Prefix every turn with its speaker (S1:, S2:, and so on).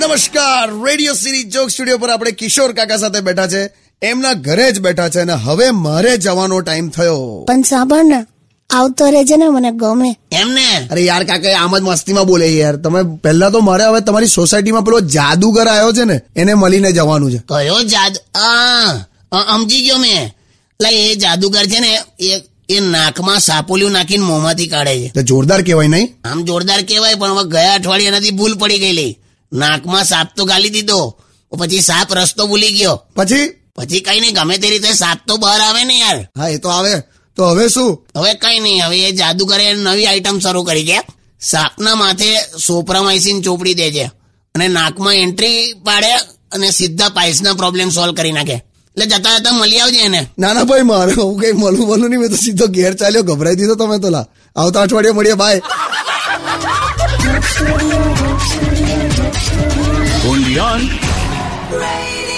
S1: નમસ્કાર Radio City joke studio પર આપણે કિશોર કાકા સાથે બેઠા છે એમના ઘરે જ બેઠા છે અને હવે મારે જવાનો ટાઈમ થયો
S2: પણ સાંભળ ને આવતો રહેજે ને મને ગમે
S1: એમને અરે યાર કાકા એ આમ જ મસ્તીમાં બોલે યાર તમે પહેલા તો મારે હવે તમારી સોસાયટીમાં પેલો જાદુગર આવ્યો છે ને એને મળીને જવાનું છે
S3: કયો જાદુ આ અ- સમજી ગયો મેં લા એ જાદુગર છે ને એ એ નાકમાં સાપોલિયું નાખીને મોંમાંથી કાઢે છે
S1: તો જોરદાર કહેવાય નહીં
S3: આમ જોરદાર કહેવાય પણ હવે ગયા અઠવાડિયે એનાથી ભૂલ પડી ગયેલી નાકમાં સાપ તો ગાલી દીધો પછી સાપ રસ્તો ભૂલી ગયો
S1: પછી
S3: પછી કઈ નહીં ગમે તે રીતે સાપ તો બહાર આવે ને યાર
S1: હા એ તો આવે તો હવે શું
S3: હવે કઈ નહીં હવે એ જાદુગરે નવી આઈટમ શરૂ કરી છે સાપના માથે સોપરામાઇસિન ચોપડી દે છે અને નાકમાં એન્ટ્રી પાડે અને સીધા પાઇસના પ્રોબ્લેમ સોલ્વ કરી નાખે એટલે જતા જતા મળી આવજે એને
S1: ના ના ભાઈ મારે હું કઈ મળું મળું નહીં મેં તો સીધો ઘેર ચાલ્યો ગભરાઈ દીધો તમે તો લા આવતા અઠવાડિયે મળીએ બાય
S4: only on
S5: Radio